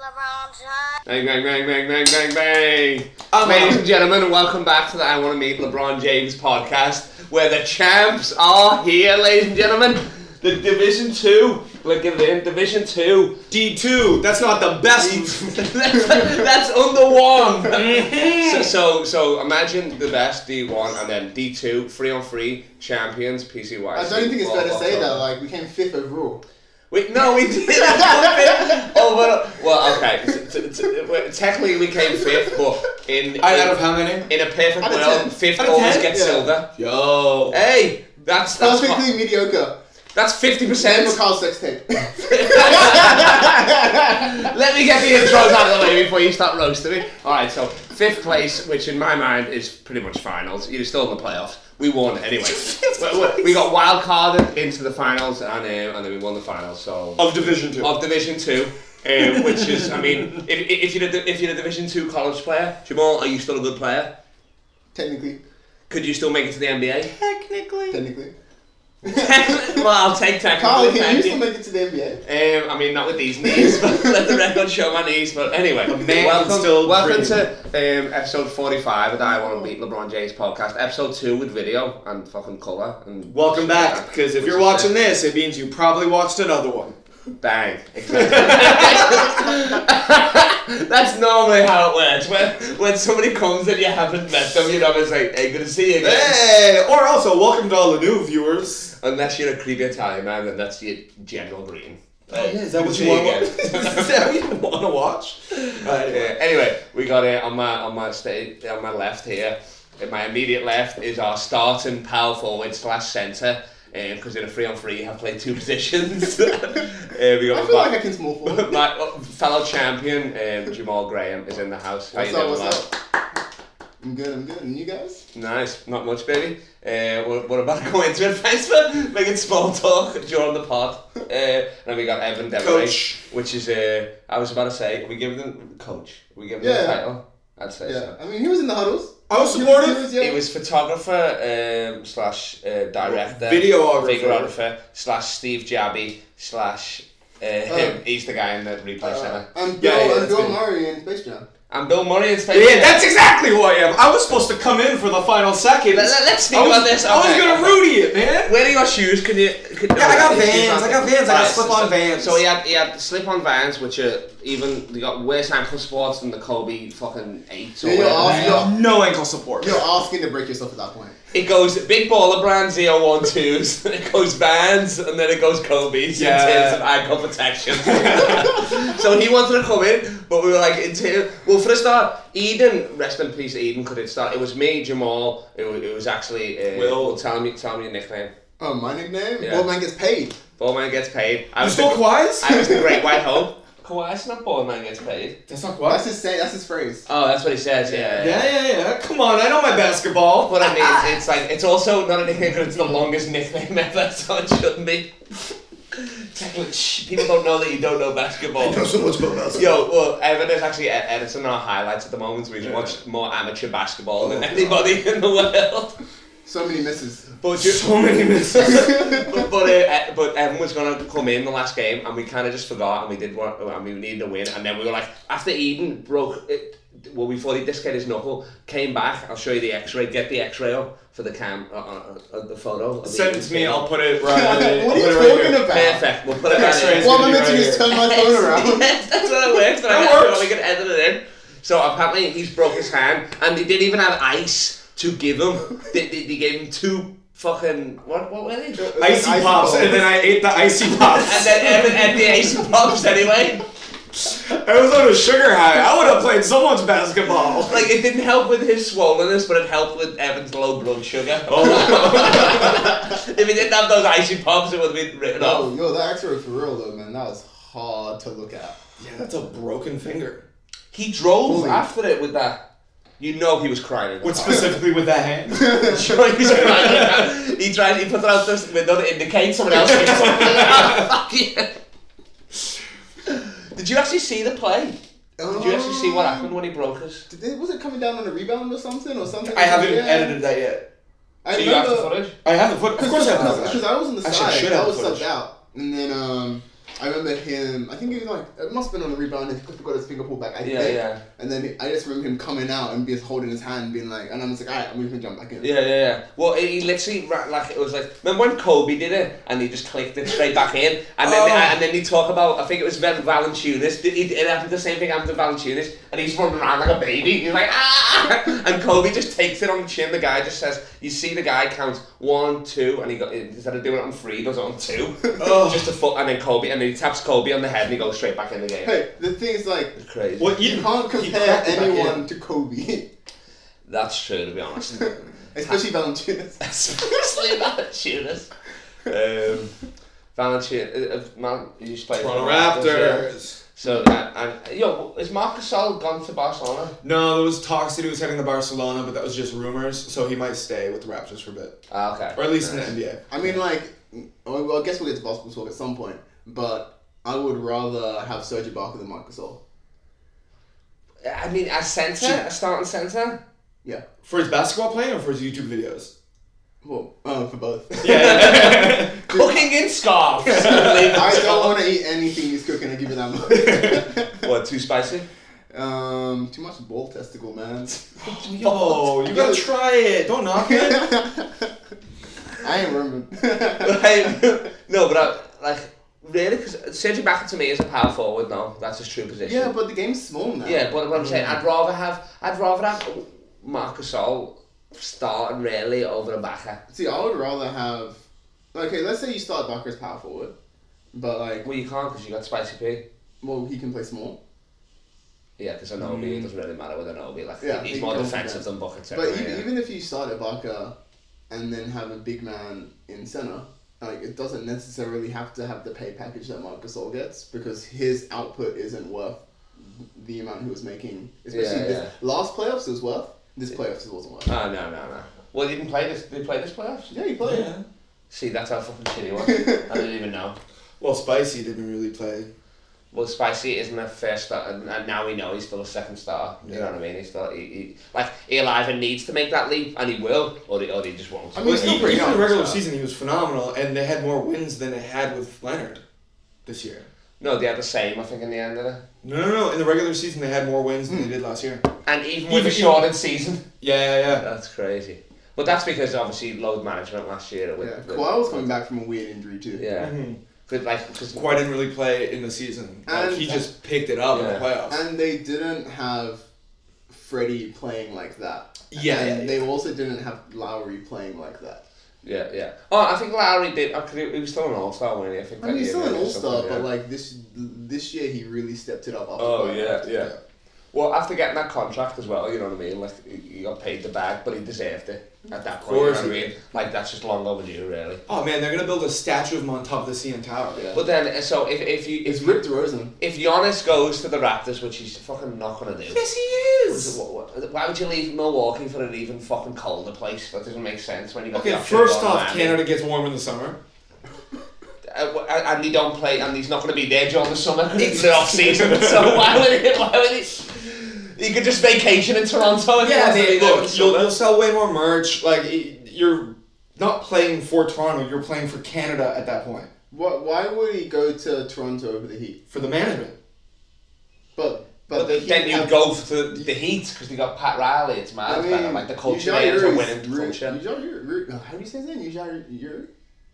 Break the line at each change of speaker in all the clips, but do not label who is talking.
around time.
Bang, bang, bang, bang, bang, bang, bang. Ladies and gentlemen, welcome back to the I Want to Meet LeBron James podcast, where the champs are here, ladies and gentlemen. The Division 2, look at it, Division 2.
D2, that's not the best.
that's, that's under one. so, so, so imagine the best D1 and then D2, three on three, champions, PCY.
I don't think it's fair to say that. Like we came fifth overall.
Wait, no, we did it. oh, well, well, okay. T- t- t- well, technically, we came fifth, but in in,
I out of how many?
in a perfect
Out of
world,
ten.
fifth
Out of
always
ten?
gets
Yeah.
silver.
Yo.
Hey, that's that's fi-
Perfectly mediocre.
that's fifty
Then
percent.
Mikhail's sex tape.
Let me get the intros out of the way before you start roasting me. All right, so fifth place, which in my mind is pretty much finals. You're still in the playoffs. We won anyway. we, we- we got wild carded into the finals, and um, and then we won the finals. So
Of Division 2.
of Division Two, um, which is, I mean, if, if you're a, if you're a Division Two college player, Jamal, are you still a good player?
technically,
Could you still make it to the NBA?
Technically.
technically.
well, I'll take
Carl,
technical.
can you
thank
still
you.
make it to the NBA?
Um, I mean, not with these knees, but let the record show my knees. But anyway,
man
welcome,
can still
welcome
dream.
to um, episode 45 of the I Want to Meet LeBron James podcast, episode 2 with video and fucking colour. and
Welcome back, because if you're watching this, it means you probably watched another one.
Bang. Exactly. That's normally how it works. When, when somebody comes and you haven't met them, you know, it's like, hey, good to see you again.
Hey! Or also, welcome to all the new viewers.
Unless you're a creepy Italian man, then that's your general greeting. Hey,
yeah, is that
good
what
to
you
see
wanna
again.
watch? Is that what you want to watch?
Right, yeah. Anyway, we got it on my on my state on my left here. At my immediate left is our starting power forward slash centre. Because in a three on three, you have played two positions. uh, we got
I
my
feel
back-
like I can small forward.
My uh, fellow champion, um, Jamal Graham, is in the house. How
What's
you
up?
doing,
What's
lad?
up? I'm good. I'm good. And you guys?
Nice, not much, baby. Uh, we're, we're about to go into it. Thanks for making small talk during the pod. Uh, and then we got Evan Demery,
Coach.
which is, uh, I was about to say, are we giving them, coach, are we giving them the
Yeah.
title? I'd say
Yeah.
so.
I mean, he was in the huddles.
I was
He was- he
supportive.
was-
He
yeah.
was photographer um, slash uh, director,
Videographer.
videographer slash Steve Jabby slash uh, him. He's the guy in the replay
Uh,
center.
And
Yeah, yeah,
Bill and
that's
Bill
good.
Murray in Space Jam.
And Bill Murray is
Yeah, that's exactly who I am. I was supposed to come in for the final seconds.
Let- let- let's speak
I was,
about this.
I was
Okay.
gonna Rudy it, man.
Where are your shoes? Can you? Can, uh,
Yeah, I got
Vans.
Vans, I got Vans, I got slip-on
so,
Vans.
So he had he had slip-on Vans, which are even they got worse ankle sports than the Kobe fucking eight. Or
Yeah, you're
whatever.
off, you're off.
No ankle support.
You're asking to break yourself at that point.
It goes big baller brand 012s, then it goes Vans, and then it goes Kobe's
Yeah.
in terms of ankle protection. so he wanted to come in, but we were like, in ter- well, for a start, Eden, rest in peace, Eden, could it start? It was me, Jamal, it was, it was actually. Uh,
Will.
well, tell me, tell me your nickname.
Oh, my nickname?
Yeah.
Old man gets paid.
Ball man gets paid. I
You
was
still
the,
wise?
I was the great white hope. Kawhi's not ball man gets paid.
That's not
That's
wise.
his say. That's his phrase.
Oh, that's what he says. Yeah.
Yeah, yeah, yeah. Come on, I know my basketball.
But I mean, it's like it's also not a nickname because it's the longest nickname ever, so it shouldn't be. Technically, shh, people don't know that you don't know basketball.
so much about basketball.
Yo, well, Evan is actually e- editing our highlights at the moment, so he's watched more amateur basketball than anybody in the world.
So many misses.
But you,
So many misses.
but but, uh, eh, but Evan was gonna come in the last game, and we kind of just forgot, and we did want, and we needed a win, and then we were like, after Eden broke, it, well before he dislocated his knuckle, came back. I'll show you the X-ray. Get the X-ray up for the cam, uh, uh, uh, the photo. of
Send it
Eden's
to me.
game.
I'll put it
what
right.
are you
I'll put it right
talking
here.
about?
Perfect. We'll put it right
X-rays.
in.
What am I meant to do is
Right
turn my phone around?
yes, that's what it works. That
That
I,
works.
I can edit it in. So apparently he's broke his hand, and they didn't even have ice to give him. they, they, they gave him two fucking what? What were they?
Icy
Icy
pops,
balls.
and then I ate the icy
And
pops.
then Evan had the ace of pops anyway.
I was on a sugar high. I would have played so much basketball.
Like it didn't help with his swollenness, but it helped with Evan's low blood sugar. if he didn't have those icy pops, it would have been written off.
Oh, yo, that X-ray for real though, man. That was hard to look at.
yeah, that's a broken finger.
He drove
Holy.
after it with that. You know he was crying. in the
What
car.
specifically with that hand?
Sure, he was crying. he tried. He put it out this window to indicate someone else. did something. Ah, fuck you. Did you actually see the play? Did you actually see what happened when he broke us?
Did they, was it coming down on a rebound or something or something?
I haven't
Yeah.
edited that yet.
I
So you have the
remember-
footage?
I have the foot. Of course I have the
Because
footage.
I was on the
Actually, I
side.
should
I
have
was
footage.
subbed out. And then um, I remember him. I think he was like it must have been on a rebound. He got his finger pulled back. I
Yeah,
think.
yeah.
And then I just remember him coming out and just holding his hand, being like, and I'm just like, alright, I'm just gonna jump back in.
Yeah, yeah, yeah. Well, he he literally ra- like it was like remember when Kobe did it and he just clicked it straight back in, and then
Oh.
and then he talk about I think it was Val Valanciunas. Did he- It happened the same thing happened to Valanciunas, and he's running around like a baby. He's like ah, and Kobe just takes it on the chin. The guy just says, "You see, the guy counts one, two, and he got instead of doing it on three, he does it on two,
Oh.
just a foot, and then Kobe, and then he taps Kobe on the head, and he goes straight back in the game.
Hey, the thing is like,
It's crazy.
Well, you,
you can't
you
compare
cracked it back in.
anyone to Kobe,
That's true, to be honest.
especially Valanciunas.
Especially Valanciunas. Um, Valanciunas, uh, uh, man, you used to play for
Toronto
the yeah.
Raptors.
So, uh, and yo, is Marc Gasol gone to Barcelona?
No, there was talks that he was heading to Barcelona, but that was just rumors. So he might stay with the Raptors for a bit,
Ah, okay.
or at least in the NBA.
I mean, like, well, well, I guess we'll get to basketball talk at some point, but I would rather have Sergio Barker than Marc Gasol.
I mean, a centre, a starting centre.
Yeah.
For his basketball playing or for his YouTube videos?
Well, uh, for both.
Yeah.
Cooking in scarves.
I
I
don't want to eat anything he's cooking. I give you that
What? Too spicy?
much. um, too much ball testicle, man.
oh, you gotta try it. Don't knock it.
I ain't remember.
Like, no, but I, like really, because Sergio Baca to me is a power forward now. That's his true position.
yeah, but the game's small now.
Yeah, but what I'm saying, I'd rather have, I'd rather have Marcus All starting really over a backer.
See, I would rather have. Okay, let's say you start Barker as power forward, but like,
Well, you can't because you got Spicy P.
well, he can play small.
Yeah, because Anobi, it doesn't really matter with Anobi. Like
Yeah,
he's
he
more
goes
defensive
defense.
than Bucket.
But even, even if you start at Barker and then have a big man in center, like it doesn't necessarily have to have the pay package that Marc Gasol gets because his output isn't worth the amount he was making, especially
Yeah,
this last playoffs it was worth. This playoffs it wasn't worth.
Oh, no, no, no. Well, they didn't play this. They played this playoffs.
yeah, he played.
See, that's how fucking shitty it was. I didn't even know.
Well, Spicy didn't really play.
Well, Spicy isn't a first star, and and now we know he's still a second star. You know
Yeah.
what I mean? He's still he, he like he'll either needs to make that leap, and he will, or he, or he just won't.
I mean,
Well,
he's still
even,
pretty
even in
young,
the regular
so.
season, he was phenomenal, and they had more wins than they had with Leonard this year.
no, they had the same. I think in the end of it.
No, no, no. In the regular season, they had more wins than they did last year.
And even with a
Even-
shortened season.
Hmm. Yeah, yeah, yeah.
That's crazy. But that's because obviously load management last year. With,
Yeah,
with-
Kawhi was coming back from a weird injury too.
Yeah.
Mhm.
Good, like, because
Kawhi didn't really play in the season. Like,
And-
he just picked it up in
Yeah.
the playoffs.
And they didn't have Freddie playing like that.
Yeah,
And
yeah, yeah.
they also didn't have Lowry playing like that.
yeah, yeah. Oh, I think Lowry did. Because he, he was still an all star, wasn't he? I think
I
that
mean, he's
year,
still an
maybe, or
all star,
something,
but
yeah.
like this this year, he really stepped it up. After
Oh
that.
yeah, yeah. Well, after getting that contract as well, you know what I mean. Like he he got paid the bag, but he deserved it at that point.
course
you know what I
he
mean? Like that's just long overdue, really.
Oh man, they're gonna build a statue of him on top of the CN Tower.
Yeah.
But then, so if if you
It's
if
Rip DeRozan.
if Giannis goes to the Raptors, which he's fucking not gonna do.
Yes, he
So
is.
what- what- Why would you leave Milwaukee for an even fucking colder place? That doesn't make sense when you got the
Okay,
option of
first
going
off,
to Miami.
Canada gets warm in the summer.
Uh, w- and and they don't play, and he's not going to be there during the summer because it's the off season. so why would it? Why would it? You could just vacation in Toronto. If
Yeah,
you
they,
want to
look, you'll, you'll sell way more merch. Like y- you're not playing for Toronto, you're playing for Canada at that point
What? Why would he go to Toronto over the Heat?
for the management.
But but,
But
the Heat
then you
have-
go for the Heat because they got Pat Riley. It's mad,
I
man.
mean,
Like the culture
Ujai
there is a
Uri's
winning
Ru-
culture.
Ujai Uri- Ru- how do you say his name? Ujai Uri.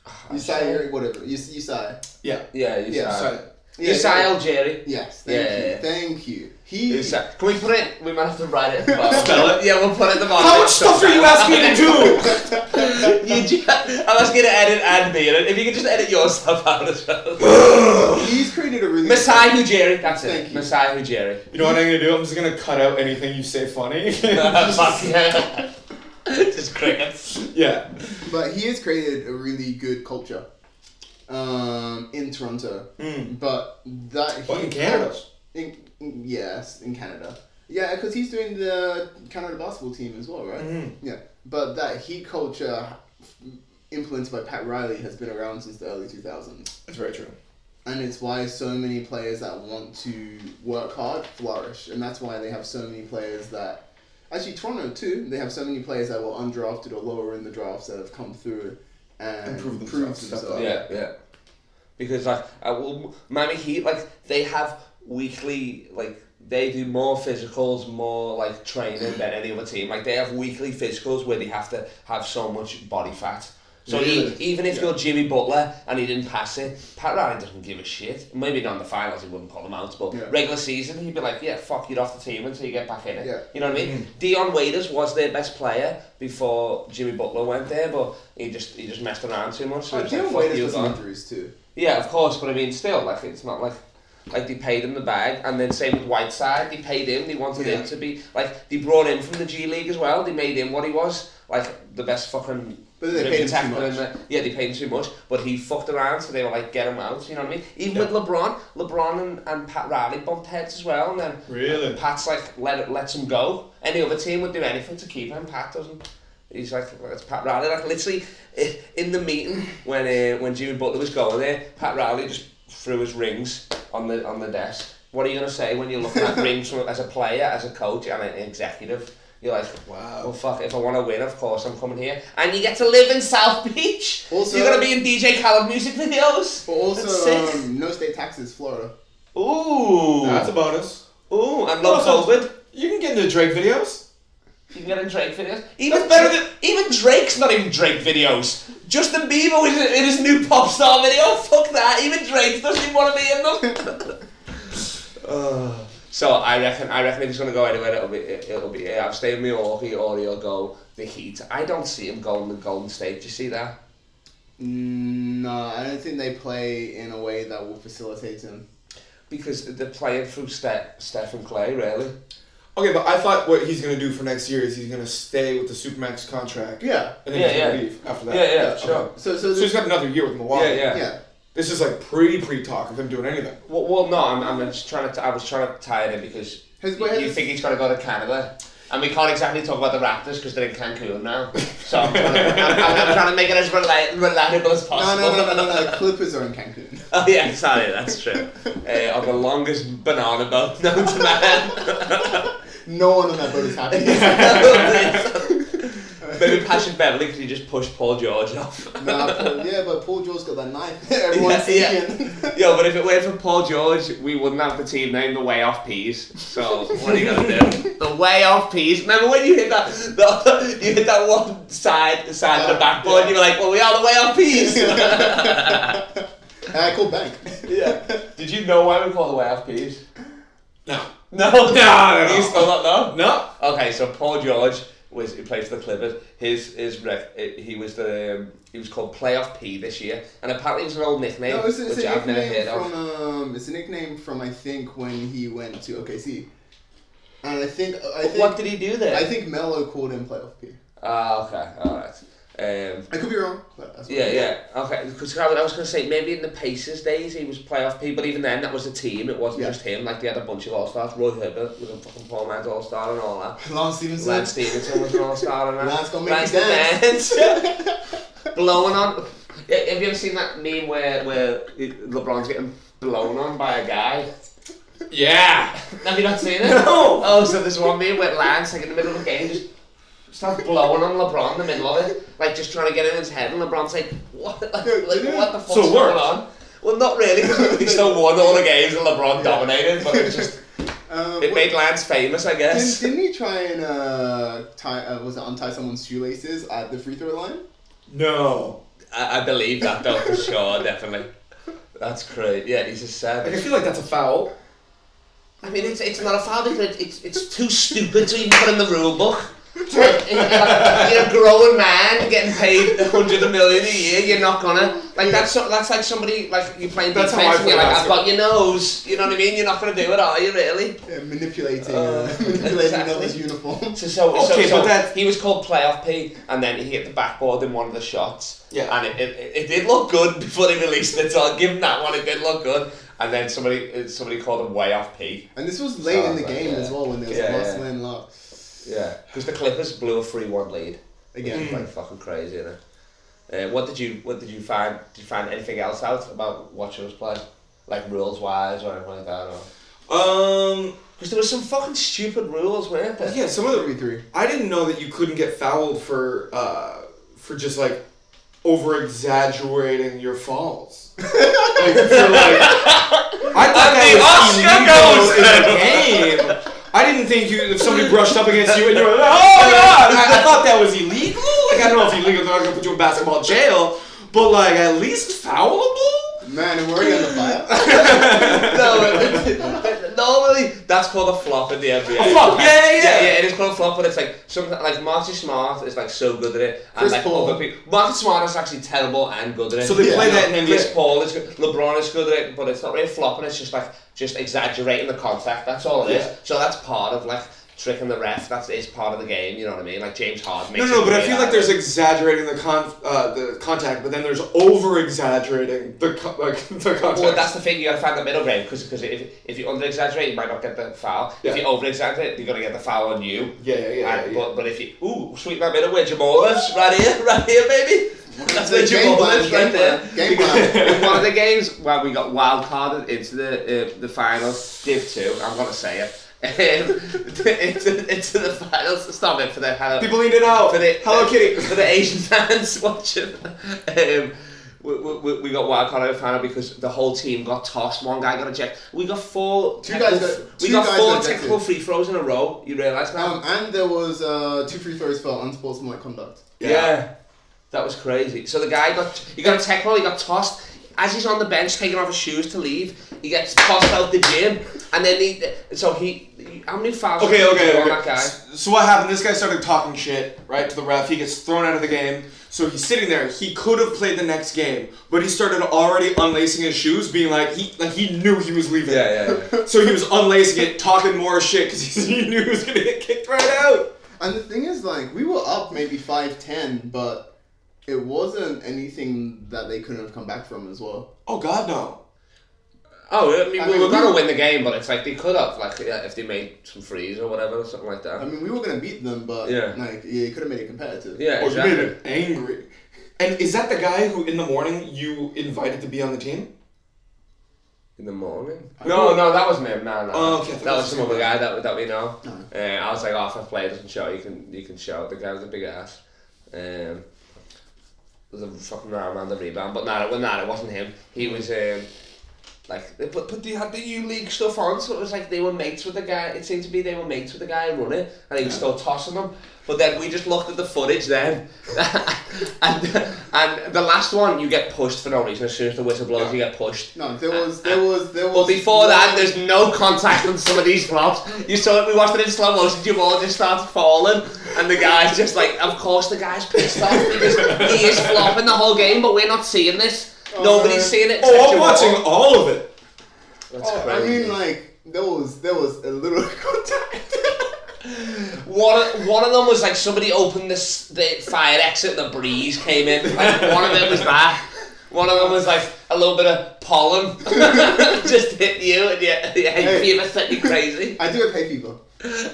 Ah,
Usai Uri, whatever. Us- Usai.
Yeah.
Yeah, you
Yeah,
yeah.
So,
Yeah,
Usai
yeah.
Algeri.
Yes. Thank
Yeah,
you.
yeah, yeah.
Thank you. He.
Usai. Can we put it? We might have to write it. at the bottom.
Spell it.
Yeah, we'll put it at the bottom.
How much stuff are you asking me to do?
you ju- I'm asking you to edit and me in it. If you could just edit your stuff out as well.
He's created a really.
Masai Ujiri, that's it.
Thank you.
Masai Ujiri.
You know what I'm gonna do? I'm just gonna cut out anything you say funny.
Fuck yeah. just crickets.
yeah.
But he has created a really good culture um, in Toronto.
Mm.
But that
But
he-
in Canada.
in, in- yes, in Canada. Yeah, because he's doing the Canada basketball team as well, right?
Mhm.
Yeah, but that heat culture influenced by Pat Riley has been around since the early two thousands,
That's very true.
and it's why so many players that want to work hard flourish, and that's why they have so many players that. Actually, Toronto too. They have so many players that were undrafted or lower in the drafts that have come through and,
And
proved
proved
themselves.
themselves, stepped up.
Yeah, yeah. because like uh, well, Man Heat like they have weekly like they do more physicals, more like training than any other team. Like they have weekly physicals where they have to have so much body fat. So e-
Really?
even if
Yeah.
you're Jimmy Butler and he didn't pass it, Pat Riley doesn't give a shit. Maybe not in the finals, he wouldn't pull them out, but
Yeah.
regular season, he'd be like, yeah, fuck, you're off the team until you get back in it.
Yeah. Mm-hmm.
You know what I mean? Dion Waiters was their best player before Jimmy Butler went there, but he just he just messed around too much. So
Oh,
it's
Jim
like, fuck
Waiters
you,
got some
gone.
injuries too.
Yeah, of course, but I mean, still, like, it's not like like they paid him the bag, and then same with Whiteside, they paid him. They wanted
Yeah.
him to be like they brought him from the G League as well. They made him what he was, like the best fucking.
But they
rugby
paid him too
tackle in
much.
the- yeah, they paid him too much, but he fucked around, so they were like, "Get him out." You know what I mean? Even
Yeah.
with LeBron, LeBron and, and Pat Riley bumped heads as well, and then
Really?
Pat's like, "Let lets him go." Any other team would do anything to keep him. Pat doesn't. He's like, it's Pat Riley. Like literally, i- in the meeting when uh, when Jimmy Butler was going there, Pat Riley just threw his rings on the on the desk. What are you gonna say when you're looking at rings from- as a player, as a coach, and an executive? You're like,
Wow.
Well, fuck. If I want to win, of course I'm coming here, and you get to live in South Beach.
Also-
you're gonna be in DJ Khaled music videos.
But
That's
also,
sick.
um, no state taxes, Florida.
ooh,
That's a bonus.
ooh, and low
Also-
COVID.
You can get into Drake videos.
You can get in Drake videos. Even
That's better
Dra- even Drake's not even Drake videos. Justin Bieber was in in his new pop star video. Fuck that. Even Drake doesn't even want to be in them. Ugh. Uh, so I reckon I reckon if he's gonna go anywhere, it'll be it'll be yeah, I'm staying with Milwaukee or he'll go the Heat. I don't see him going to Golden State. Do you see that?
Mm, No, I don't think they play in a way that will facilitate him.
Because they're playing through Steph, Steph and Clay, really.
Okay, but I thought what he's gonna do for next year is he's gonna stay with the Supermax contract.
Yeah.
And then
Yeah,
he's gonna
yeah.
leave after that.
Yeah, yeah,
Okay.
sure.
So, so,
So he's
this,
got another year with Milwaukee.
Yeah, yeah.
yeah.
This is like pre pre talk of him doing anything.
Well, well no, I'm, I'm just trying to. I was trying to tie it in because
Has-
you,
has-
you think he's going to go to Canada, and we can't exactly talk about the Raptors because they're in Cancun now. So I'm trying to, I'm, I'm- I'm trying to make it as rela- reliable as
No,
possible.
no, no, no, no, no. Clippers are in Cancun.
Oh yeah, sorry, that's true. uh, on the longest banana boat known to man.
No one on that boat is happy.
Maybe Patrick Beverly because he just pushed Paul George off.
nah, Paul, yeah, but Paul George got that knife. Everyone's
Yeah, yeah.
seeing.
Yo, but if it weren't for Paul George, we wouldn't have the team name the Way Off Peas. So what are you gonna do? the Way Off Peas. Remember when you hit that, the, you hit that one side, side of the
Oh,
backboard,
yeah.
you were like, "Well, we are the Way Off Peas."
and I called Uh, bank.
yeah. Did you know why we call the Way Off Peas?
No.
No, no,
no, no.
You still not know?
No.
Okay, so Paul George was he played for the Clippers. His his rec, he was the um, he was called Playoff P this year, and apparently it was an old nickname
No, it's, it's
which
a
I've never
nickname
heard of.
from um, it's a nickname from I think when he went to OKC, and I think I think
what did he do there?
I think Melo called him playoff P.
Ah, okay, alright. Um,
I could be wrong. But that's what
yeah,
I-
yeah, okay. Because I was, I was going to say, maybe in the Pacers days, he was playoff P, but even then, that was a team. It wasn't
Yeah.
just him. Like, they had a bunch of all-stars. Roy Herbert was a fucking poor man's all-star and all that.
Lance Stevenson.
Lance Stevenson was an all-star and that.
Lance gonna make you
dance. Blowing on. Yeah, Have you ever seen that meme where, where LeBron's getting blown on by a guy?
Yeah.
Have you not seen it?
No.
Oh, so there's one meme where Lance, like in the middle of a game, just starts blowing on LeBron in the middle of it, like just trying to get in his head, and LeBron's like, "What? Like,
Dude,
like,
did it-
what the fuck's
so it
going
worked.
on?" Well, not really. 'cause He still won all the games, and LeBron dominated. But it just
Um,
it
what-
made Lance famous, I
didn't,
guess.
didn't he try and uh, tie? Uh, was it untie someone's shoelaces at the free throw line?
No.
I, I believe that though for sure, definitely. That's great. Yeah, he's a
Like I
savage.
feel like that's a foul.
I mean, it's it's not a foul because it- it's it's too stupid to even put in the rule book. Like, you're a growing man getting paid hundred million a year. You're not gonna like that's so, that's like somebody like you're playing
That's how
defense
I
and you're
play
like I've
basketball.
got your nose. You know what I mean? You're not gonna do it, are you really?
Yeah, manipulating, uh,
Uh,
manipulating
exactly.
another's uniform.
So so so,
Okay,
so
but that-
he was called playoff P, and then he hit the backboard in one of the shots.
Yeah.
and it, it, it did look good before they released it. So I'll give him that one. It did look good, and then somebody somebody called him way off P.
And this was late in the
Sounds like,
game
yeah.
as well when there was
Yeah,
a lost
yeah.
win lock.
Yeah, because the Clippers blew a three-one lead
Again,
It's like fucking crazy, isn't it? Uh, what did you What did you find? Did you find anything else out about watching us play, like rules wise or anything like that? Or
Um.
because there was some fucking stupid rules, weren't there?
Yeah. Some of the.
three three.
I didn't know that you couldn't get fouled for uh for just like over exaggerating your falls. like, you're like, I thought
And the Oscar
that was illegal in the game. I didn't think you if somebody brushed up against you and you were like, oh my god, I, I thought that was illegal. Like I don't know if illegal, they're not gonna put you in basketball jail, but like at least
Mm.
foulable.
Man, I'm already on the fire.
no, but- but normally that's called a flop in the NBA.
A flop, yeah, yeah, yeah.
yeah, It is called a flop, but it's like something like Marty Smart is like so good at it, and
Chris
like
Paul.
other people. Marty Smart is actually terrible and good at it.
So they
Yeah,
play that in
and
NBA.
Chris Paul is good. LeBron is good at it, but it's not really flopping. It's just like just exaggerating the contact. That's all it is.
Yeah.
So that's part of like tricking the ref. That is part of the game. You know what I mean? Like James Harden.
No,
makes
no,
it
but I
way
feel
out
like
of
there's
it.
exaggerating the con uh, the contact, but then there's over exaggerating the co- like the contact.
Well, that's the thing. You gotta find the middle ground because if if you under exaggerate, you might not get the foul.
Yeah.
If you over exaggerate, you're gonna get the foul on you.
yeah, yeah, yeah.
And-
yeah.
But, but if you ooh sweep that middle where Jamolis right here, right here, baby. That's where
Game plan,
Jamolis right
game
there.
plan, game plan.
In one of the games where we got wild carded into the uh, the finals, Div Two. I'm gonna say it. Um, into, into the finals. Stop it for the hello
People need to know.
for the
Hello Kitty.
for the Asian fans watching. Um, we, we, we got wild card out of final because the whole team got tossed. One guy got ejected. We got four.
Two
technical-
guys got-
we
two
got
guys
four
got ejected.
technical free throws in a row. You realise that?
Um, and there was uh, two free throws for unsportsmanlike conduct.
yeah. that was crazy. So the guy got he got a technical. He got tossed. As he's on the bench taking off his shoes to leave, he gets tossed out the gym, and then he. So he. How many fouls?
Okay,
did he
okay,
do on
okay.
That guy.
S- So what happened? This guy started talking shit, right, to the ref. He gets thrown out of the game. So he's sitting there. He could have played the next game, but he started already unlacing his shoes, being like he like he knew he was leaving.
yeah.
So he was unlacing it, talking more shit because he knew he was gonna get kicked right out.
And the thing is, like, we were up maybe five ten, but it wasn't anything that they couldn't have come back from as well.
Oh God, no.
Oh, I mean,
I
we
mean,
were
we
gonna
were-
win the game, but it's like they could have, like, yeah, if they made some frees or whatever, or something like that.
I mean, we were gonna beat them, but
Yeah.
like, yeah, you could have made it competitive.
yeah,
Oh, you
exactly.
made him angry. And is that the guy who in the morning you invited to be on the team?
In the morning. No, no, that wasn't him. No, no.
Oh, okay, I thought
That
it
was
was
some
him.
other guy that that we know.
No.
Uh, I was like, oh, if a player doesn't show, you can you can show. The guy with the big ass. Um, was a fucking arm on the rebound, but no, it was not. It wasn't him. He was um, like, they put, put they had the U League stuff on, so it was like they were mates with the guy. It seemed to be they were mates with the guy running, and he was still tossing them. But then we just looked at the footage then, and and the last one you get pushed for no reason. As soon as the whistle blows, you get pushed.
No, there was, there was, there was.
Uh, But before that,
one-
there's no contact on some of these flops. You saw it, we watched it in slow motion, Jamal just started falling, and the guy's just like, of course the guy's pissed off because he is flopping the whole game, but we're not seeing this.
Oh,
Nobody's seeing it. except
Oh, I'm
Jamal.
watching all of it.
That's
Oh, I
crazy.
mean, like, there was, there was a little contact.
One of, one of them was like somebody opened this the fire exit, the breeze came in. Like one of them was that. One of them was like a little bit of pollen just hit you, and yeah, yeah,
Hey.
fever sent you crazy.
I do have hay fever.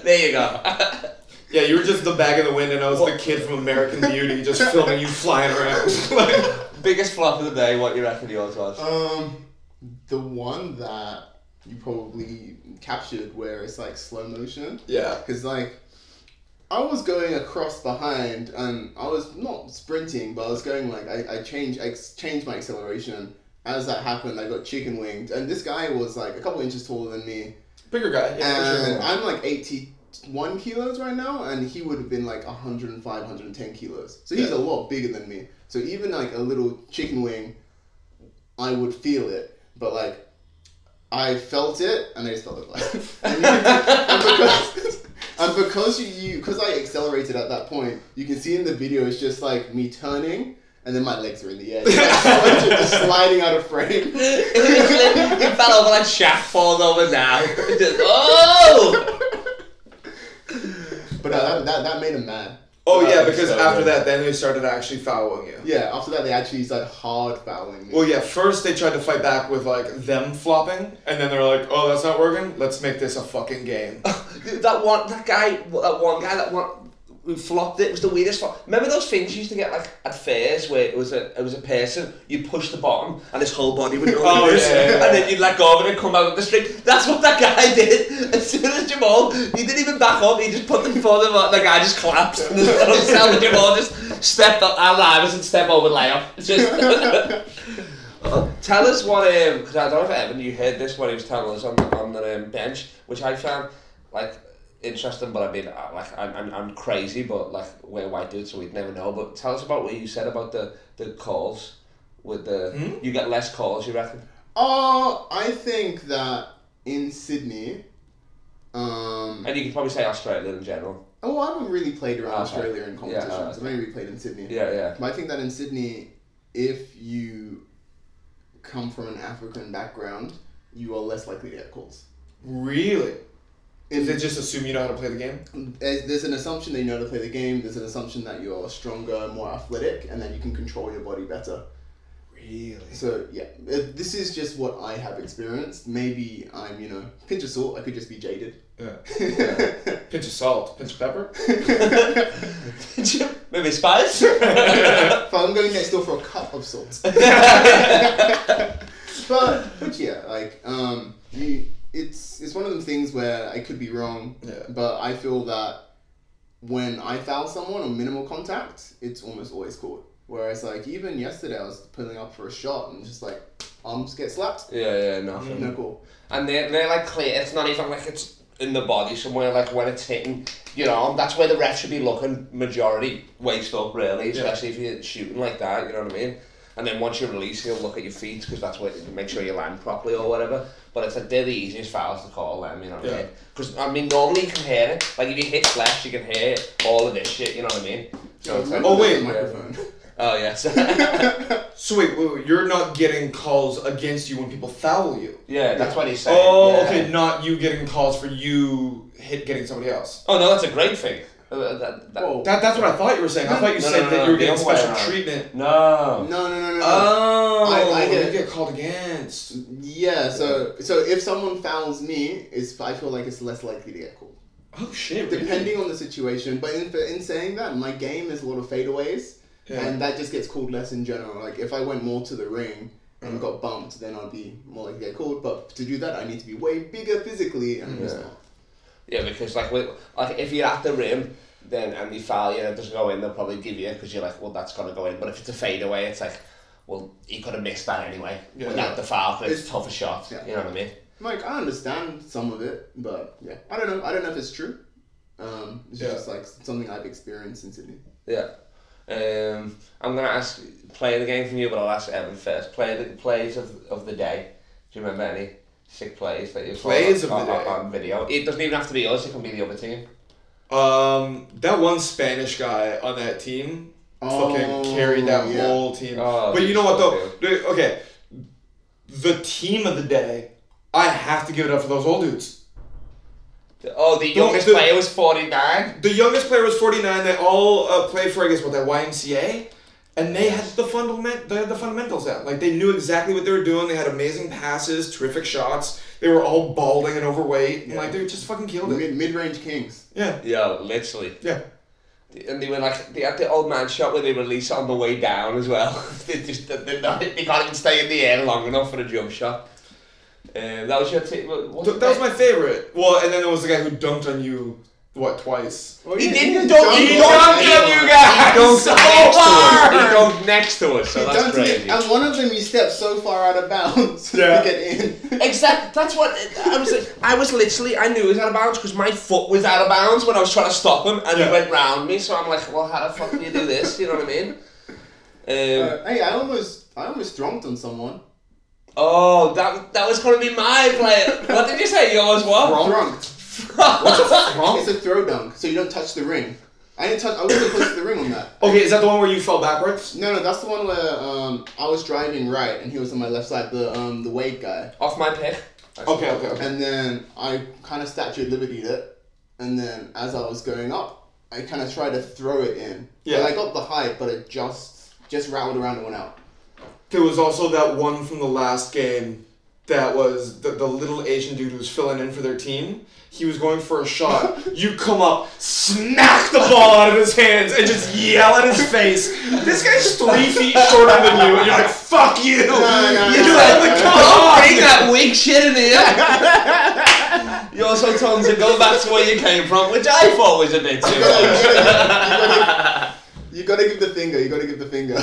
There you go.
Yeah, you were just the bag in the wind, and I was the kid from American Beauty, just filming you flying around.
Biggest flop of the day, what you reckon yours was?
Um, the one that you probably captured where it's like slow motion.
yeah.
Because, like, I was going across behind and I was not sprinting, but I was going like, I, I changed I changed my acceleration. As that happened, I got chicken winged, and this guy was like a couple inches taller than me.
Bigger guy. Yeah, for
And
sure.
I'm like 81 kilos right now, and he would have been like 105, 110 kilos. So he's a
Yeah.
lot bigger than me. So even like a little chicken wing, I would feel it. But like, I felt it, and I just felt it like. and, because, and because you, because I accelerated at that point, you can see in the video it's just like me turning. And then my legs are in the air, just sliding out of frame.
it fell over like Shaq falls over now. Just, oh!
But no, that, that, that made him mad.
Oh yeah,
Uh,
because
so
after
good.
that, then they started actually fouling you.
Yeah, after that they actually started hard fouling me.
Well, yeah. First, they tried to fight back with like them flopping, and then they're like, "Oh, that's not working. Let's make this a fucking game."
That one, that guy, that one guy, that one. we flopped it. It was the weirdest flop. Remember those things you used to get like at fairs where it was a it was a person you'd push the bottom and his whole body would go
Oh,
like this,
yeah, yeah, yeah.
and then you'd let go of it and come out with the string. That's what that guy did. As soon as Jamal, he didn't even back up. He just put them before the bottom. The guy just collapsed. And himself and Jamal just stepped up. Al Iverson step over layoff. It's Just. Tell us what, because I don't know if Evan, you heard this when he was telling us on the, on the um, bench, which I found like interesting. But I mean, I- like I'm, I'm, I'm crazy, but like we're white dudes, so we'd never know. But tell us about what you said about the the calls with the you get less calls, you reckon?
Oh, I think that in Sydney, um,
And you can probably say Australia in general.
oh, I haven't really played around
Ah,
Okay.
Australia in competitions.
alright.
I've only really played in Sydney.
Yeah, yeah,
But I think that in Sydney, if you come from an African background, you are less likely to get calls.
Really?
In-
Is it just assume you know how to play the game?
there's, there's an assumption that you know how to play the game. There's an assumption that you're stronger, more athletic, and that you can control your body better.
Really?
So yeah, uh, this is just what I have experienced. Maybe I'm, you know, pinch of salt. I could just be jaded.
Yeah. Pinch of salt, pinch of pepper.
Maybe spice.
But I'm going next door for a cup of salt. but but yeah, like um, you, it's it's one of them things where I could be wrong,
Yeah.
but I feel that when I foul someone on minimal contact, it's almost always caught. Whereas like even yesterday, I was pulling up for a shot and just like arms get slapped,
yeah, yeah, nothing.
no call.
and they're, they're like clear. It's not even like it's in the body somewhere, like when it's hitting your arm. That's where the ref should be looking, majority waist up, really, especially if you're shooting like that, you know what I mean? And then once you release, he'll look at your feet because that's where make sure you land properly or whatever. But it's like they're the easiest fouls to call them, you know what I
Yeah.
mean? Because, I mean, normally you can hear it. Like if you hit left, you can hear all of this shit, you know what I mean? So it's like,
Oh, wait.
microphone.
oh, yes. yeah,
So wait, wait, wait, you're not getting calls against you when people foul you.
that's what he's saying.
Oh,
yeah.
okay, not you getting calls for you hit getting somebody else.
Oh, no, that's a great thing. Uh, that- that-
Whoa.
That, that's what I thought you were saying. I thought you
No, no,
said
no,
that
no,
you were
the
getting
other way
special
around.
treatment.
No.
no no no no. no.
Oh,
I- I get
you
it.
get called against.
yeah, so so if someone fouls me, it's I feel like it's less likely to get called.
Oh shit! really?
depending on the situation. But in, in saying that, my game is a lot of fadeaways,
Yeah.
and that just gets called less in general. Like if I went more to the ring and
Uh-huh.
got bumped, then I'd be more likely to get called. But to do that, I need to be way bigger physically, and I'm just not.
Yeah, because like with, like if you're at the rim, then and you foul you and it doesn't go in, they'll probably give you because you're like, well, that's gonna go in. But if it's a fadeaway, it's like, well, he could have missed that anyway
Yeah.
without the foul. 'cause it's
It's-
tougher shot.
yeah.
You know what I mean?
Like I understand some of it, but yeah, I don't know. I don't know if it's true. Um, it's
Yeah.
just like something I've experienced in Sydney.
Yeah. Um, I'm gonna ask play the game from you, but I'll ask Evan first. Play the plays of, of the day. Do you remember any sick plays that you saw
Plays of
on,
the
on,
day?
on video? It doesn't even have to be us. It can be the other team.
Um, that one Spanish guy on that team
Oh,
fucking carried that
yeah.
whole team.
Oh,
but you know
he's
what
so
though? Dude, okay, the team of the day. I have to give it up for those old dudes.
The- Oh, the youngest
the-
player was forty nine.
The youngest player was forty nine. They all uh, played for I guess what that YMCA, and they had the fundament. They had the fundamentals down. Like they knew exactly what they were doing. They had amazing passes, terrific shots. They were all balding and overweight. And, like they just fucking killed it.
Mid mid range kings.
Yeah,
Yeah, literally.
yeah.
And they were like, they had the old man shot where they release it on the way down as well. they just, they, not, they can't even stay in the air long enough for a jump shot. Um, that was your team. What,
Th- That was my favorite. Well, and then there was the guy who dunked on you, what, twice?
He
yeah,
didn't
he
dunk.
dunked
He
on
dunked on
anyone.
you guys.
He dunked
so
next to us.
hard.
He
He dunked next to us. So
He
Oh, that's
dunked it,
crazy.
and one of them he stepped so far out of bounds
Yeah.
to get in.
Exactly. That's what I was. Like, I was literally. I knew he was out of bounds because my foot was out of bounds when I was trying to stop him, and
Yeah.
he went round me. So I'm like, well, how the fuck do you do this? You know what I mean? Um,
Uh, hey, I almost I almost dronked on someone.
Oh, that that was gonna be my play. What did you say? Yours what?
Drunked. It's a throw dunk, so you don't touch the ring. I didn't touch. I wasn't close to the ring on that.
Okay, is that the one where you fell backwards?
No, no, that's the one where um, I was driving right and he was on my left side, the um, the Wade guy.
Off my pick.
Okay, okay, okay.
And then I kind of statue libertied it, and then as I was going up, I kind of tried to throw it in.
Yeah.
But I got the height, but it just just rattled around and went out.
There was also that one from the last game that was the, the little Asian dude who was filling in for their team. He was going for a shot. you come up, smack the ball out of his hands, and just yell at his face. This guy's three feet shorter than you, and you're like, "Fuck you!"
no,
you
no, no,
know, like,
no,
come
Don't bring
on.
that weak shit in here. You're so tons to go back to where you came from, which I thought was a bit too
You gotta give the finger. You gotta give the finger.
much.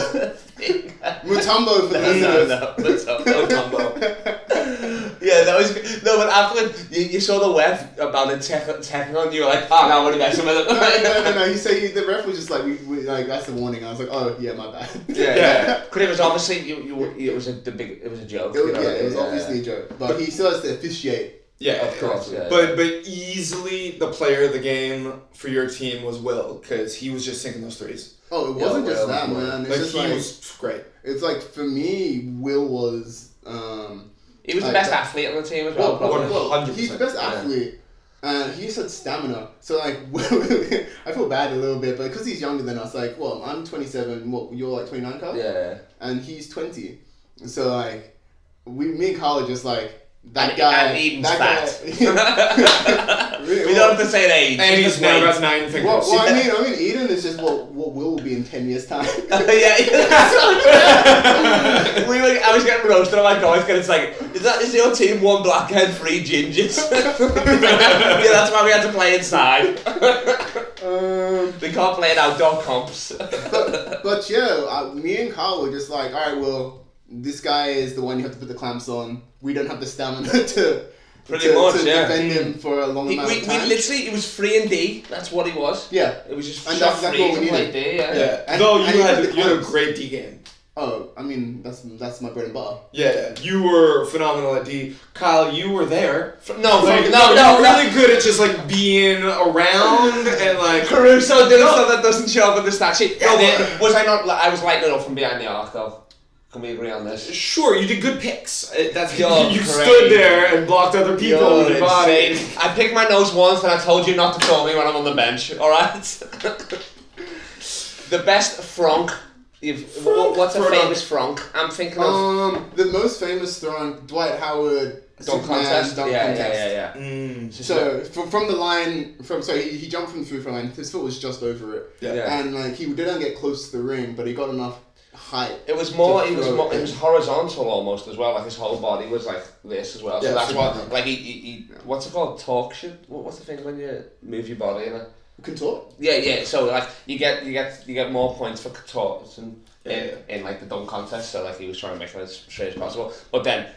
Mutombo for the
no, no,
listeners.
no, that's not no combo. Yeah, that was no. But after you, you saw the web about the tech, tech on, you were like, oh, no, what are you messing with?
No, no, no, no. You say you, the ref was just like, we, we, like that's the warning. I was like, oh yeah, my bad.
Yeah, yeah. But it was obviously you, you, it was a the big, it was a joke.
It was,
you know?
yeah, it was obviously a joke, but he still has to officiate.
Yeah,
Of course, yeah.
But but easily the player of the game for your team was Will because he was just sinking those threes.
Oh, it
Yeah,
wasn't just
well,
that,
well.
man. It's
Like
just
he
like
was great.
it's like for me, Will was um,
He was the
Like
best
that.
athlete on the team as well.
well,
probably.
well, well, 100%,
he's the best
yeah.
athlete. And he just had stamina, so like I feel bad a little bit, but because he's younger than us, like well I'm 27, what you're like 29, Carl,
yeah.
and he's 20, so like we, me and Carl are just like that
And-
guy,
and Eden's
that
fat.
guy.
We don't have to say an age.
And he's
just
now
weight.
got nine fingers.
Well, well, I mean, I mean, Eden is just what what will be in ten years' time.
yeah, yeah. we were, I was getting roasted on my comments because it's like, is that is your team one blackhead, three gingers? yeah, that's why we had to play inside.
um,
we can't play in outdoor comps.
but, but yeah, I, me and Carl were just like, all right, well, this guy is the one you have to put the clamps on. We don't have the stamina to
Pretty
to,
much,
to
yeah.
defend him for a long
He- we,
amount
we
of time.
literally, it was free and D. That's what he was.
yeah.
It was just
And
shot
that's exactly
free
what we
and
needed.
played D. Yeah.
yeah.
and-
Though
and
you
he
had
had
a-
the
you had a
clubs.
great D game.
Oh, I mean, that's that's my bread and butter.
Yeah, you were phenomenal at D. Kyle, you were there.
F- No,
Like,
fuck, no,
you
no,
were
no.
really good at just like being around and like.
Caruso did stuff that doesn't show up in the stat sheet. No,
Yeah,
but was I not? Like, I was lighting it up from behind the arc, though. Can we agree on this?
Sure, you did good picks. Uh, That's you
You're
stood
crazy.
there and blocked other people
You're
with your body.
insane. I picked my nose once and I told you not to call me when I'm on the bench, alright? the best fronk. You've,
Fronk?
wh- what's a
Fronk.
famous fronk? I'm thinking of.
Um, the most famous throwing Dwight Howard
dunk
Superman
contest.
dunk
yeah,
contest.
yeah, yeah, yeah.
Mm.
So from, from the line, from so he, he jumped from the three throw line. His foot was just over it,
Yeah.
Yeah.
and like he didn't get close to the ring, but he got enough height.
It was more.
To
It was
throw
more.
it
It was horizontal almost as well. Like his whole body was like this as well. So
Yeah,
that's
Superman
what.
dunk.
Like he, he, he. What's it called? Torsion. What, what's the thing when you move your body? You know?
Contort.
Yeah, yeah. So like you get you get you get more points for contortion in,
Yeah,
in like the dunk contest. So like he was trying to make it as straight as possible, but then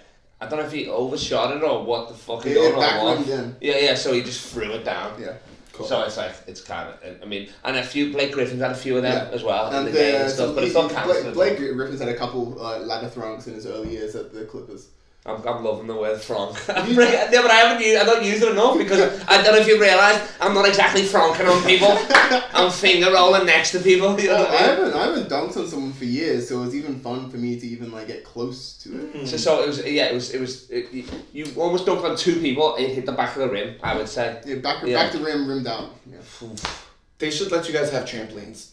I don't know if he overshot it or what the fuck he
It,
done
it
or
backlined
what.
in.
Yeah, yeah. So he just threw it down.
Yeah.
Cool.
So it's like it's kind of I mean, and a few Blake Griffin's had a few of them
Yeah.
as well in
And uh,
the,
the,
game and stuff, but it's not
Blake,
cancelled.
Blake Griffin's had a couple uh, ladder throws in his early years at the Clippers.
I'm, I'm loving the word frank. I'm really- yeah, but I haven't used, I don't use it enough because I don't know if you realise I'm not exactly franking on people. I'm finger rolling next to people. You know
Oh,
what I
I
mean?
haven't I haven't dunked on someone for years, so it was even fun for me to even like get close to it.
So, so it was yeah it was it was it, you- you almost dunked on two people it hit the back of the rim I would say
Yeah, back
Yeah.
back to rim, rim down. Yeah.
They should let you guys have trampolines.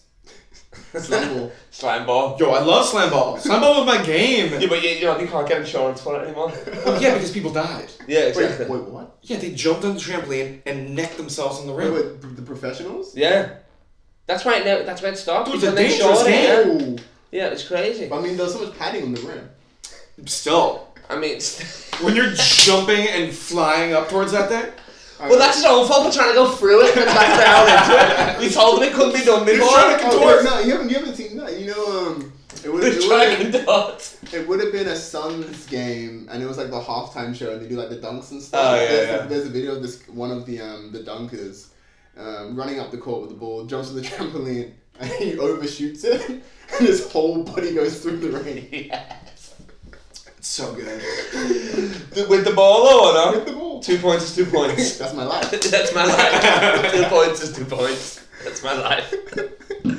Slam ball.
slime ball
Yo, I love slam ball. Slam ball was my game.
yeah but you, you know you can't get insurance for it anymore
Well, yeah, because people died.
yeah
Wait,
exactly
wait, what?
Yeah, they jumped on the trampoline and necked themselves on the
Wait,
rim.
wait, the professionals?
yeah that's why it never, that's where it stopped
Dude,
because
it's a
they
dangerous
showed it yeah.
game.
Oh,
yeah it's crazy
I mean, there's so much padding on the rim.
Still,
I mean it's,
when you're jumping and flying up towards that thing,
well that's his own fault for trying to go through it and back down into it we told him it couldn't be done
You're trying to
before
Oh,
Door.
wait, no, you haven't, you haven't seen that. You know, um, it would,
They're
it,
trying to
would,
conduct
it would have been a Suns game, and it was like the halftime show, and they do like the dunks and stuff.
Oh, yeah,
there's,
yeah.
A, there's a video of this one of the um, the dunkers um, running up the court with the ball, jumps on the trampoline, and he overshoots it, and his whole body goes through the ring.
yes
it's so good.
with the ball or
Hit
no
the ball.
two points is two points
That's my life.
That's my life. two points is two points. That's my life.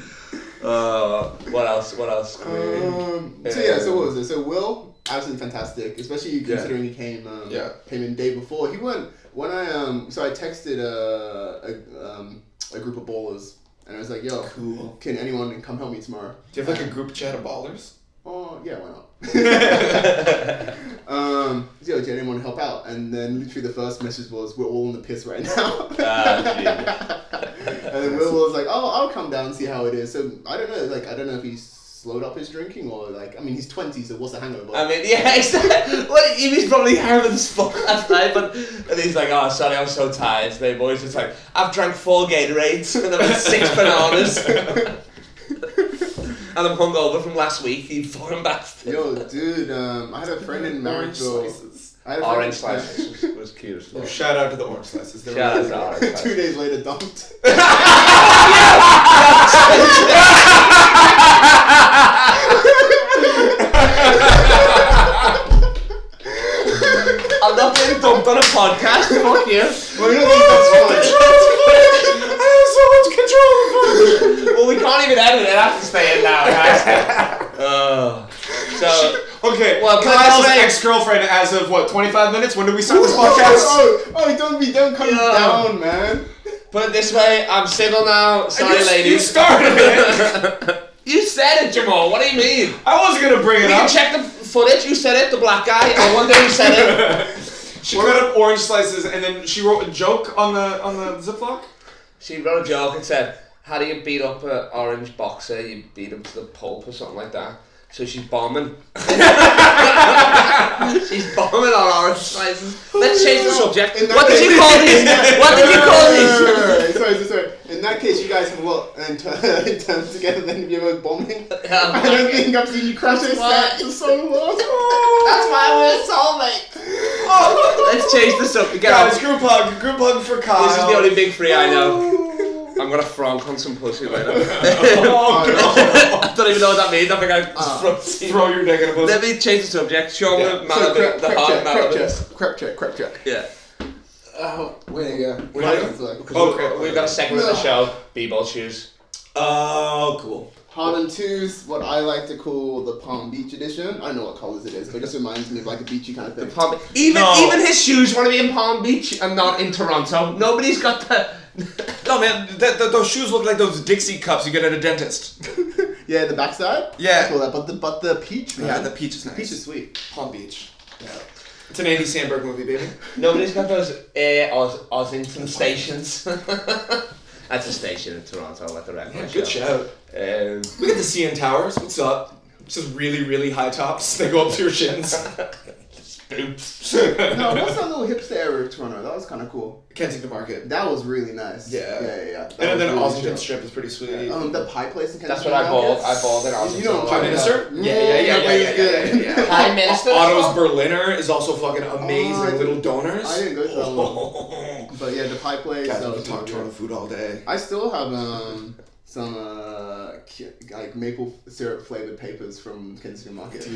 Uh, what else? What else? Can we-
Um, so yeah, so what was it? So Will, absolutely fantastic, especially considering he came um,
Yeah.
came in day before. He went when I um so I texted a a, um, a group of ballers and I was like, yo,
Cool.
can anyone come help me tomorrow?
Do you have like a group chat of ballers?
Oh yeah, why not? um, so, yo, do you get anyone to help out. And then literally the first message was, we're all in the piss right now.
Ah,
and then Will was like, oh, I'll come down and see how it is. So I don't know, like, I don't know if he slowed up his drinking or like, I mean, he's 20, so what's a hangover?
I mean, yeah, it's well, he was probably hammered as fuck last night, but and he's like, oh, sorry, I'm so tired today, boys. It's like, I've drank four Gatorades and I've had six bananas. and I'm hungover from last week, you foreign bastard.
Yo, dude, um, I had a friend in
Orange
Marysville.
slices.
I had a friend-
Orange slices was, was cute as fuck.
Oh, Shout out to the orange slices. They're
Shout out to
really
Orange
good.
Two
slices.
days later, dumped.
I'm not getting dumped on a podcast, fuck you.
Well, you know that's fine.
Well, we can't even edit it. I have to stay in now, guys. Oh. so,
Okay,
Well,
well,
can I
Kyle's
say-
ex-girlfriend as of what 25 minutes? When did we start this podcast?
Oh, oh, don't be, don't come
Yeah.
down, man.
put it this way, I'm single now. Sorry,
you,
ladies.
You started it.
you said it, Jamal. What do you mean?
I wasn't gonna bring it
You can
up.
check the footage. You said it, the black guy. I wonder who said it.
She cut up orange slices and then she wrote a joke on the on the Ziploc.
She wrote a joke and said, How do you beat up an orange boxer? You beat him to the pulp or something like that. So she's bombing. she's bombing on orange slices. Let's change the subject.
In that
What did you
case-
call these? What did you call these?
Sorry, sorry, sorry. In that case, you guys have what? In, t- in terms together, then you were bombing.
Yeah,
I don't think I've seen you crash this
why-
set for so long. That's why we're soulmate.
Let's change the subject. Get
Guys,
off.
group hug, group hug for Kyle.
This is the only big three I know. I'm gonna frank on some pussy later.
Oh,
I don't even know what that means. I think I just
no.
fronted.
Throw your dick in a
Let
pussy.
me change the subject. Show me
Yeah. So
Malibu,
crep,
the
crep
hard
check, crep
Malibu.
check, crep check, crep check.
Yeah.
Oh, where you go?
Where you
Because
Okay.
Oh, we've got a segment of the show. B-ball shoes.
Oh, cool.
Hard and twos, what I like to call the Palm Beach edition. I don't know what colors it is, but it just reminds me of like a beachy kind of thing.
Palm Even
No.
even his shoes want to be in Palm Beach and not in Toronto. Nobody's got the.
No man, that, that, those shoes look like those Dixie cups you get at a dentist.
yeah, the backside.
Yeah.
I call that, but the but the peach. Man.
Yeah, the peach is nice.
peach is sweet.
Palm Beach. Yeah. It's an Andy Sandberg movie, baby.
Nobody's got those Air Os- Ossington stations. That's a station in Toronto. Let the record show.
Good shout.
Um,
Look at the CN Towers. What's up? It's just really, really high tops. They go up to your shins.
oops.
No, what's that little hipster area of Toronto? That was kind of cool.
Kensington Market.
That was really nice.
Yeah.
yeah, yeah. yeah. That was
And then
really
Ossington
chill.
Strip is pretty sweet.
Um, the pie place in Kensington.
That's what I
Market?
bought. I bought an
You know
Ossington.
what I'm
Prime
talking
Minister?
about.
Yeah, yeah, yeah,
that
yeah,
place
yeah,
is
yeah,
good.
yeah, yeah.
Prime Minister.
Otto's Berliner is also fucking
Oh, I
amazing. Little
didn't-
donors.
I didn't go to that one.
Oh. one.
But yeah, the pie place.
Guys,
that
we
was
could talk
really good.
Toronto food all day.
I still have um some uh cu- like maple syrup flavored papers from Kensington Market.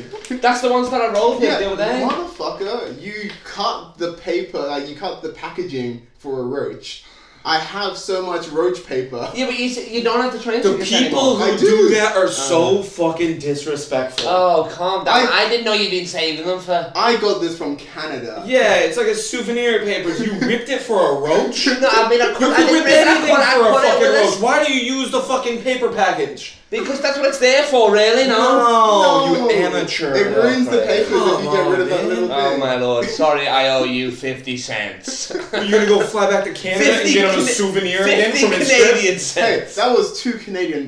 That's the ones that I rolled with the other day.
motherfucker, you cut the paper, like you cut the packaging for a roach. I have so much roach paper.
Yeah, but you, s- you don't have the train
The
tickets
people
anymore.
I
who
do.
do that are so fucking disrespectful.
Oh, calm down.
I-
I, didn't know you'd been saving them for.
I got this from Canada.
yeah, it's like a souvenir paper. You ripped it for a roach?
No, I mean, I
You
could, I
can
didn't
rip
really, I
anything
could, I
for a
could,
fucking
it
roach.
was-
Why do you use the fucking paper package?
Because that's what it's there for, really, no?
No,
No.
you amateur.
It ruins the
Right.
papers if you
Come
get rid of
on,
that
man.
little thing.
Oh my lord, sorry, I owe you 50 cents.
Are you gonna go fly back to Canada and
50
get him a
Cana-
souvenir again
50
from his trip?
Canadian
Hey,
cents.
that was two Canadian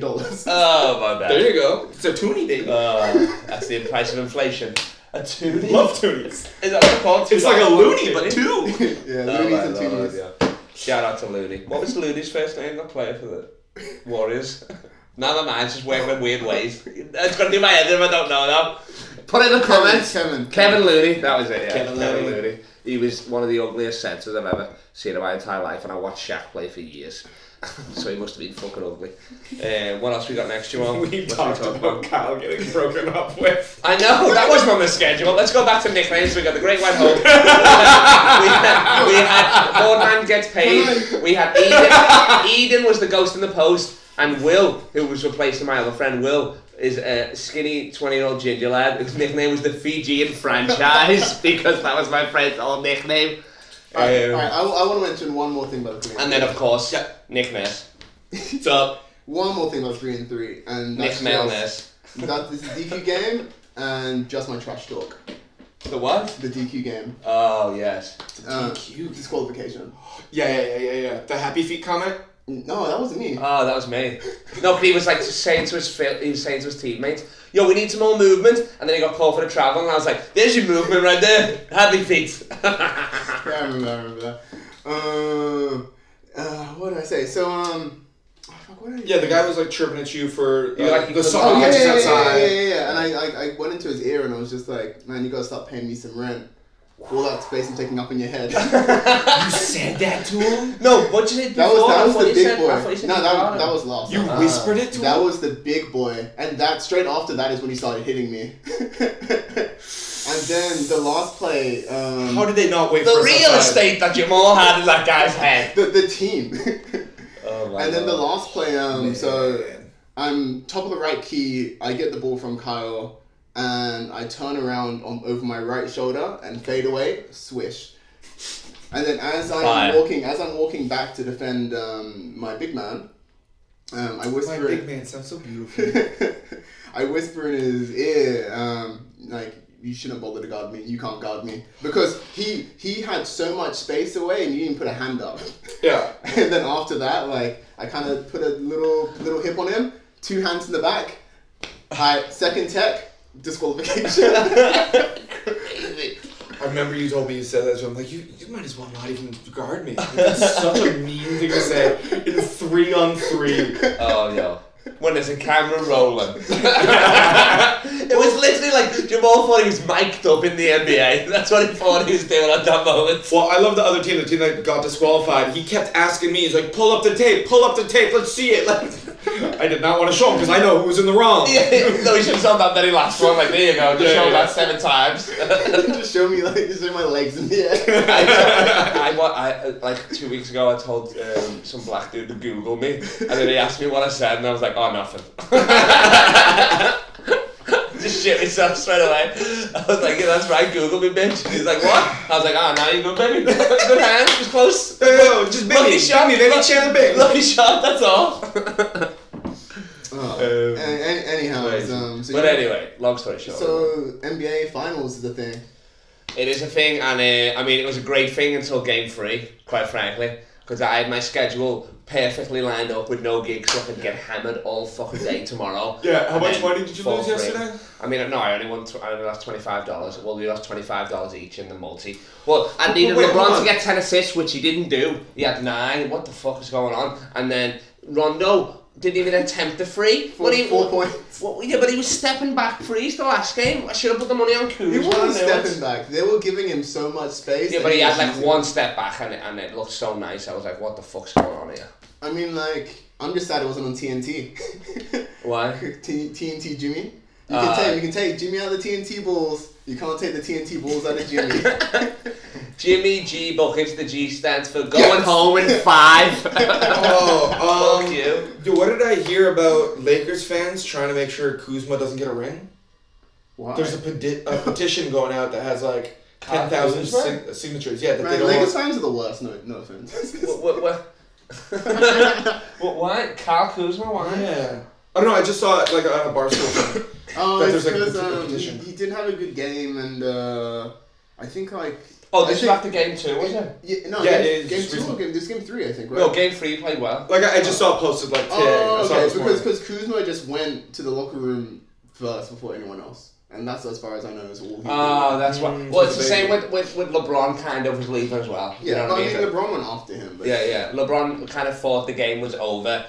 dollars.
Oh, my bad.
There you go. It's a toonie, baby.
Oh, that's the price of inflation. A toonie?
Love toonies.
Is that what it's called?
It's like a loony, but two.
yeah,
Oh,
loonies
my
and
lord,
toonies.
yeah. Shout out to Looney. What was Looney's first name, that player for the Warriors? Never mind, it's just working in weird ways. It's going to be my head if I don't know now. Put it in the
Kevin,
comments.
Kevin,
Kevin Looney, that was it. Yeah.
Kevin
Kevin,
Looney.
Looney. He was one of the ugliest centres I've ever seen in my entire life, and I watched Shaq play for years. so he must have been fucking ugly. Uh, what else we got next, Jamal? What
We
should
talked
talk
about Kyle getting broken up with.
I know that wasn't on the schedule. Let's go back to nicknames. We got the Great White Hope. we had, we had Boardman gets paid. We had Eden. Eden was the ghost in the post, and Will, who was replaced by my other friend Will, is a skinny twenty-year-old ginger lad whose nickname was the Fijian franchise because that was my friend's old nickname.
Alright,
Um,
alright, I, want to mention one more thing about the three.
And then, of course,
Yeah.
Nick Ness,
What's up?
one more thing about three and three, and
Nick
that's
Mel
just-
Ness.
that this is DQ game and just my trash talk.
The what?
The DQ game.
Oh yes.
Uh,
DQ.
disqualification.
Yeah, yeah, yeah, yeah, yeah. The happy feet comment.
No, that wasn't me.
Oh, that was me. No, 'cause he was like saying to his fi- he was saying to his teammates, "Yo, we need some more movement," and then he got called for the travel, and I was like, "There's your movement right there. Happy feet."
yeah, I remember. I remember that. Um, uh, what did I say? So um, oh, fuck, what did I
Yeah, the guy was like chirping at you for uh,
You like-
the soccer
Oh yeah,
matches
yeah, yeah, yeah,
outside.
yeah, yeah, yeah. And I, I, I went into his ear and I was just like, man, you gotta stop paying me some rent. for All that space I'm taking up in your head. that
You said that to him.
no, what did you say before?
was
I
that was
thought
the
you
big
said-
boy.
I thought you said
No, that
Garden.
that was last.
You
time.
Ah.
whispered it to
That
him.
was the big boy, and that straight after that is when he started hitting me. and then the last play, um,
How did they not wait for
the
us
real
outside?
estate that Jamal had in that guy's head.
the the team,
Oh my
and then the
God.
last play. Um,
Man.
so I'm top of the right key. I get the ball from Kyle, and I turn around on, over my right shoulder and fade away, swish. And then as I'm
Fire.
walking, as I'm walking back to defend um, my big man, um, I whisper.
my
in-
big man sounds so beautiful.
I whisper in his ear, um, like, you shouldn't bother to guard me. You can't guard me because he he had so much space away, and you didn't put a hand up.
yeah.
and then after that, like, I kind of put a little little hip on him, two hands in the back. I second tech disqualification. Oh.
I remember you told me you said that, so I'm like, you, you might as well not even guard me. Like, that's such a mean thing to say in three on three.
Oh no. When there's a camera rolling. it was literally like Jamal thought he was mic'd up in the NBA. That's what he thought he was doing at that moment.
Well, I love the other team, the team that got disqualified. He kept asking me, he's like, pull up the tape, pull up the tape, let's see it. Like, I did not want to show him because I know who was in the wrong.
Yeah, no, he should have done that very last one. Like, there you go, just
Yeah,
show
yeah.
that seven times.
just show me like just show my legs in the air.
Um, I, I, wa- I, like two weeks ago, I told um, some black dude to Google me, and then he asked me what I said, and I was like, "Oh, nothing." Just shit myself straight away. I was like, "Yeah, that's right, Google me, bitch." He's like, "What?" I was like, "Oh, now you good, baby. good hand, it was close."
No, no, no, just big
Lucky
me,
shot.
big me, baby, Chandler Bing.
Lucky shot. That's all."
Oh,
Um,
an- an- anyhow, it's, um, so
but
you-
anyway, long story short,
so NBA Finals is the thing.
It is a thing, and uh, I mean, it was a great thing until game three, quite frankly, because I had my schedule perfectly lined up with no gigs, so I could get hammered all fucking day tomorrow.
Yeah, how
And
much
then
money did you
fall
lose
free.
yesterday?
I mean, no, I only won. Tw- I only lost twenty five dollars. Well, we lost twenty five dollars each in the multi. Well, I needed
wait, hold
LeBron
on.
to get ten assists, which he didn't do. He had nine. What the fuck is going on? And then Rondo didn't even attempt the free.
Four,
What he,
four points.
What, yeah, but he was stepping back freeze the last game. I should have put the money on Kuzma.
He
I knew
wasn't
it.
stepping back. They were giving him so much space.
Yeah,
that
but he
was
had like
using-
one step back and it, and it looked so nice. I was like, what the fuck's going on here?
I mean, like, I'm just sad it wasn't on TNT.
Why?
T- TNT Jimmy. You
Uh,
can take you can take Jimmy out of the TNT balls. You can't take the TNT balls out of Jimmy.
Jimmy G buckets. The G stands for going
Yes.
home in five.
Oh, um,
Fuck you.
Dude, what did I hear about Lakers fans trying to make sure Kuzma doesn't get a ring?
Why?
There's a, peti- a petition going out that has like
Kyle
10,000
Kuzma?
sig- signatures. Yeah, that they
Man,
don't
Lakers
want-
fans are the worst. No, no offense.
what? What? What? what? Why? Kyle Kuzma? Why?
Oh, Yeah. I don't know, I just saw it like on a bar stool.
Oh,
That
it's
there's, like, a
because
peti-
um,
petition.
he didn't have a good game, and uh, I think like.
Oh,
I
this was
think-
after game two, was it?
Yeah, no,
Yeah,
game,
it's
game
just
two or
recent.
game, this game three, I think, right?
No, game three you played well.
like, I, I just saw it posted like today. I
Oh,
saw it
okay.
this morning.
Because because Kuzma just went to the locker room first before anyone else, and that's as far as I know is all. He did.
Oh, that's why.
Mm,
Well, it's the
it's a
same with, with, with LeBron kind of was leaving as well. You
yeah.
know what
but
I mean?
LeBron went after him. But
Yeah, yeah. LeBron kind of thought the game was over.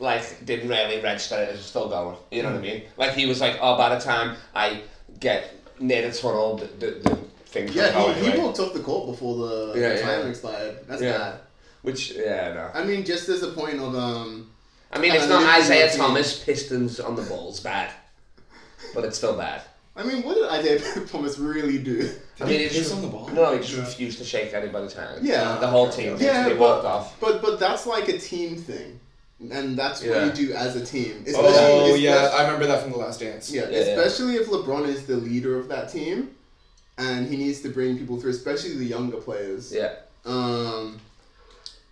Like, didn't really register it was still going. You know what I mean? Like, he was like, oh, by the time I get near the tunnel, the, the, the things will go
Yeah, he, he
anyway."
walked off the court before the,
Yeah,
the time
yeah.
expired. That's
Yeah.
bad.
Which, yeah, no.
I mean, just as a point of um,
I mean,
And
it's
I
not
live in
Isaiah
that team.
Thomas, Pistons on the Bulls, bad. But it's still bad.
I mean, what did Isaiah Thomas really do?
I
he
mean, it's
piss
just,
on the ball?
No, he just refused to shake anybody's hand.
Yeah.
The whole team.
Yeah,
they
but-
walked off.
But but that's like a team thing, and that's
Yeah.
what you do as a team.
Oh
especially-
yeah, I remember that from the Last Dance.
Yeah,
Yeah, yeah.
especially if LeBron is the leader of that team, and he needs to bring people through, especially the younger players.
Yeah.
Um,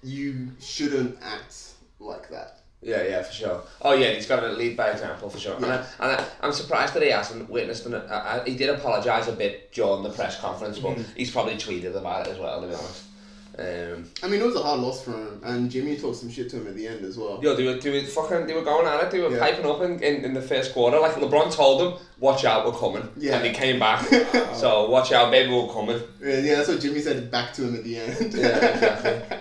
you shouldn't act like that.
Yeah, yeah, for sure. Oh yeah, he's got to lead by example for sure. And, I, and I, I'm surprised that he hasn't witnessed. And I, I, he did apologise a bit during the press conference, but
Mm-hmm.
he's probably tweeted about it as well. To be honest, um,
I mean, it was a hard loss for him, and Jimmy talked some shit to him at the end as well.
yo, they were, they were fucking, they were going at it. They were
Yeah.
piping up in, in, in the first quarter. Like LeBron told them, "Watch out, we're coming."
Yeah.
and they came back. so watch out, baby, we're coming.
Yeah, yeah, that's what Jimmy said back to him at the end.
Yeah, exactly.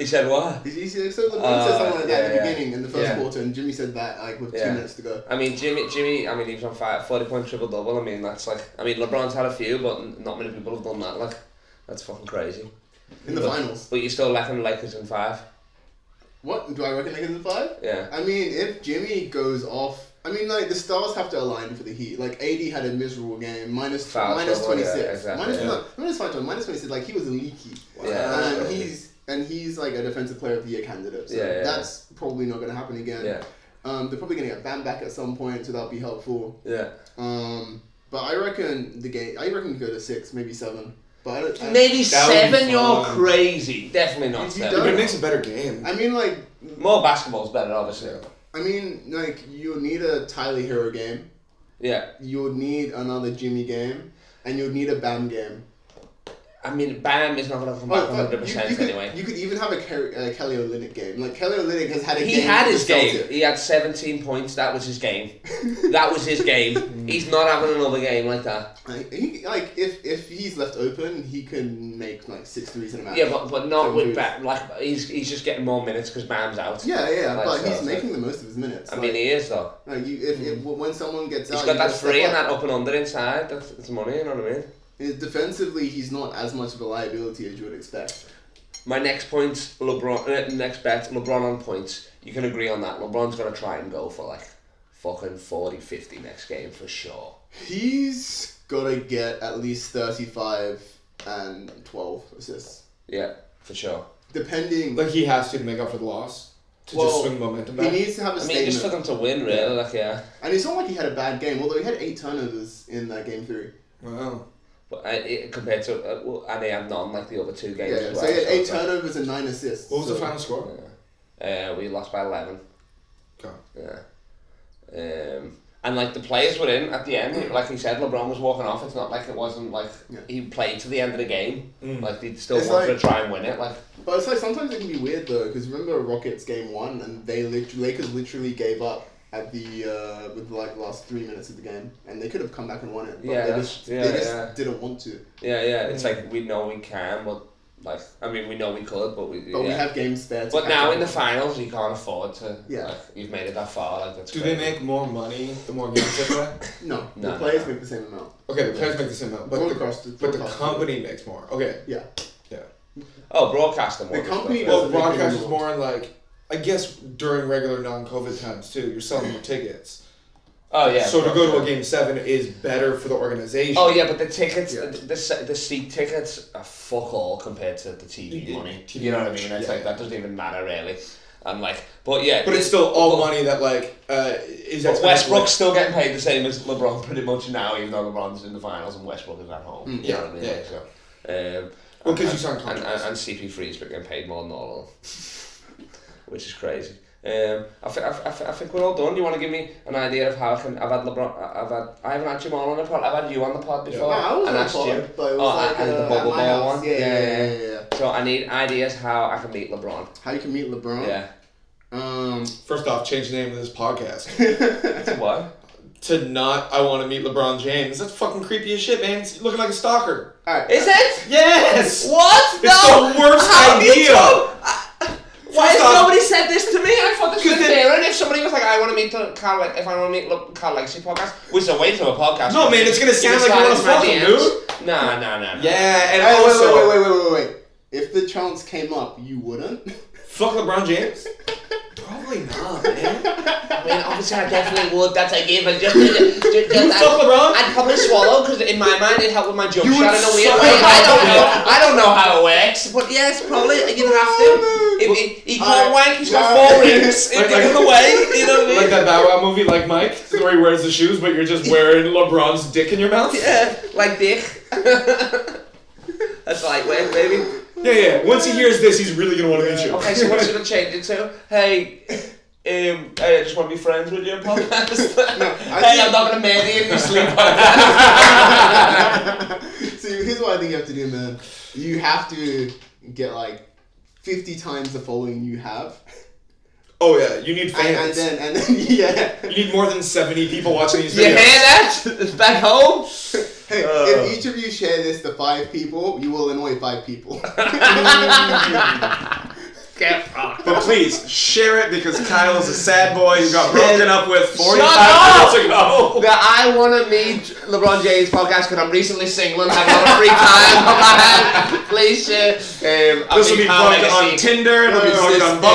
He said what?
Did you see? So LeBron
Uh,
said something like that at the
yeah, yeah.
beginning in the first
Yeah.
quarter, and Jimmy said that like with
Yeah.
two minutes to go.
I mean, Jimmy, Jimmy. I mean, he was on fire, forty point triple double. I mean, that's like. I mean, LeBron's had a few, but n- not many people have done that. Like, that's fucking crazy.
In the
But-
finals.
But you still lacking Lakers in five.
What? Do I reckon they get in the five?
Yeah.
I mean, if Jimmy goes off, I mean, like the stars have to align for the Heat. Like AD had a miserable game, minus
Foul
minus
trouble,
twenty
yeah,
six,
exactly,
minus
yeah.
no, minus five, minus twenty six. Like he was leaky,
Yeah,
and
absolutely.
he's and he's like a defensive player of the year candidate. So
Yeah, yeah,
that's probably not going to happen again.
Yeah.
Um, they're probably going to get Bam back at some point, so that'll be helpful.
Yeah.
Um, but I reckon the game. I reckon you go to six, maybe seven. But I don't, I-
Maybe
That would be
seven. You're
fun.
crazy. Definitely not
If you
seven.
But it
don't-
makes a better game.
I mean, like
More basketball's better, obviously.
I mean, like you need a Tyler Hero game.
Yeah.
you would need another Jimmy game, and you'd need a Bam game.
I mean, Bam is not going to come back
Oh, fuck,
hundred percent
you, you
anyway.
Could, you could even have a Ke- uh, Kelly Olynyk game. Like Kelly Olynyk has had a
he
game.
had
with
his
the
game.
Celtics.
He had seventeen points. That was his game. that was his
Mm.
game. He's not having another game like that.
Like, he, like if if he's left open, he can make like six threes in a match.
Yeah, but, but not
Some
with
dudes.
Bam. Like he's he's just getting more minutes because Bam's out.
yeah, yeah,
Like,
but
so-
he's
so-
making the most of his minutes.
I
like,
mean he is though.
like, you, if, if when someone gets
He's
out,
got that
you gotta step
free and
up.
that up and under inside. That's it's money. You know what I mean.
Is- Defensively, he's not as much of a liability as you would expect.
My next point, LeBron. Uh, next bet, LeBron on points. You can agree on that. LeBron's gonna try and go for like fucking 40, 50 next game for sure.
He's gotta get at least thirty-five and twelve assists,
Yeah, for sure.
depending.
Like he has to to make up for the loss to
Well,
just swing momentum
He
back.
needs to have a
I mean,
statement.
just for them to win, really. Like yeah.
And it's not like he had a bad game, although he had eight turnovers in that game three.
Wow.
But uh, it, compared to uh, well, and he had none like the other two games.
Yeah,
as
so
well,
he had eight
it's like-
turnovers and nine assists.
What was the
so-
final score?
Uh, we lost by eleven.
God.
Yeah. Um, and like the players were in at the end, like he said, LeBron was walking off. It's not like it wasn't like
Yeah.
he played to the end of the game. Like they still
It's
wanted
like-
to try and win it. Like
But it's like sometimes it can be weird though, because remember Rockets game one, and they lit- Lakers literally gave up at the uh, with like the last three minutes of the game, and they could have come back and won it. But
Yeah,
they
that's-
just,
yeah,
they just
yeah.
didn't want to.
yeah, yeah. It's like we know we can, but like I mean we know we could, but we.
But
yeah.
we have games spare. To
But
catch
now
up
in the
on.
finals, you can't afford to.
Yeah.
Like, you've made it that far. Like that's.
Do they
crazy.
make more money the more games they play?
no,
No,
the
no,
players
no.
make the same amount.
Okay, the players make the same amount, but
All
the,
across the-
but the
across the
company makes more. Okay,
Yeah,
yeah.
Oh, broadcasting.
The
was
company
perfect.
does-
Well,
Doesn't make any
broadcast is
more.
more in like, I guess during regular non-COVID times too. You're selling more tickets,
Oh yeah.
so to go to
broadcast.
a game seven is better for the organization.
Oh yeah, but the tickets,
Yeah.
the, the se- the seat tickets are fuck all compared to the TV
Yeah,
money.
TV
You know what I
money,
mean? It's
yeah.
like that doesn't even matter really. And like, but yeah,
but it's still all money that like uh, is.
But
exponentially-
Westbrook's still getting paid the same as LeBron pretty much now, even though LeBron's in the finals and Westbrook is at home. you
yeah,
know what I mean?
yeah.
So, Mm, um,
Well,
and-
'cause you signed
and, and,
contracts.
and CP3 is getting paid more than all of them, which is crazy. Um, I, th- I, th- I, th- I think we're all done. You want to give me an idea of how I can? I've had LeBron. I- I've had. I haven't had Jamal on the pod. I've had you on the pod before.
No, I was
and
on
asked
pod,
you.
but it was
oh,
like,
I, and
uh,
the bubble
at my
ball
house.
one.
Yeah, yeah, yeah, yeah, yeah.
So I need ideas how I can meet LeBron.
How you can meet LeBron?
Yeah.
Um,
First off, change the name of this podcast
what?
to not. I want to meet LeBron James. That's fucking creepy as shit, man. It's looking like a stalker.
all right.
Is it?
Yes.
What?
It's
no.
the worst
How do you
idea.
do- Why
First
has
off-
nobody said this to me? I thought this was
Because
fair. And if somebody was like, "I want to meet the Carl, Le- if I want to meet Le- Carl Legacy podcast," which is a way to a podcast.
No, man, it's gonna
You
sound
can
like you wanna
slide
fuck him,
into my DMs. Nah, nah, nah. nah.
Yeah, and
Hey,
also
wait, wait, wait, wait, wait, wait, wait. If the chance came up, you wouldn't.
fuck LeBron James. Probably not, man.
I mean, obviously, I definitely would. That's a given. Just, just, just I'd-
You fuck LeBron?
I'd probably swallow because in my mind it helped with my jump
You
shot
would
in a weird
suck
way. I
LeBron.
don't know. I don't know how it works, but yes, probably you'd have to.
Oh,
If he, he can't
Alright.
wank, he's got
Alright.
four rings. If
Like-
they
like-
come away, you know what I
like
mean?
that Bow Wow movie, like Mike, where he wears the shoes, but you're just wearing LeBron's dick in your mouth.
Yeah, like dick. That's lightweight, baby.
yeah, yeah. Once he hears this, he's really gonna want to meet you.
Okay, so what's it gonna change it to? Hey, Um, hey, I just want to be friends with you podcast.
I
hey,
think-
I'm not gonna marry you in your sleep.
See, here's what I think you have to do, man. You have to get like 50 times the following you have,
Oh yeah, you need
and,
fans.
and then and then yeah.
you need more than seventy people watching these
you hear
videos.
that? It's back home.
Hey,
Uh.
if each of you share this to five people, you will annoy five people.
Get fucked.
But please share it because Kyle is a sad boy who got broken up with
up!
45 minutes ago.
The I want to meet LeBron James podcast because I'm recently single and have a lot of free time on my hands. Please share. Um, I'll
This will be
Kyle
plugged
Legacy.
on Tinder. It'll be
Uh,
plugged on
this-
Bumble.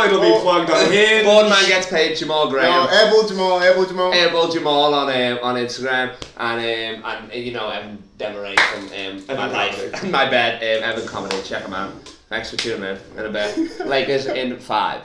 uh,
It'll be
oh,
plugged on Hinge.
Board man gets paid Jamal
no,
Graham.
Airball Jamal, Airball Jamal.
Airball Jamal on um, on Instagram and um, and uh, you know Evan Demaray from um, my
Evan
life, my bad um, Evan comedy. Check him out. Thanks for tuning in. In a bit, Lakers in five.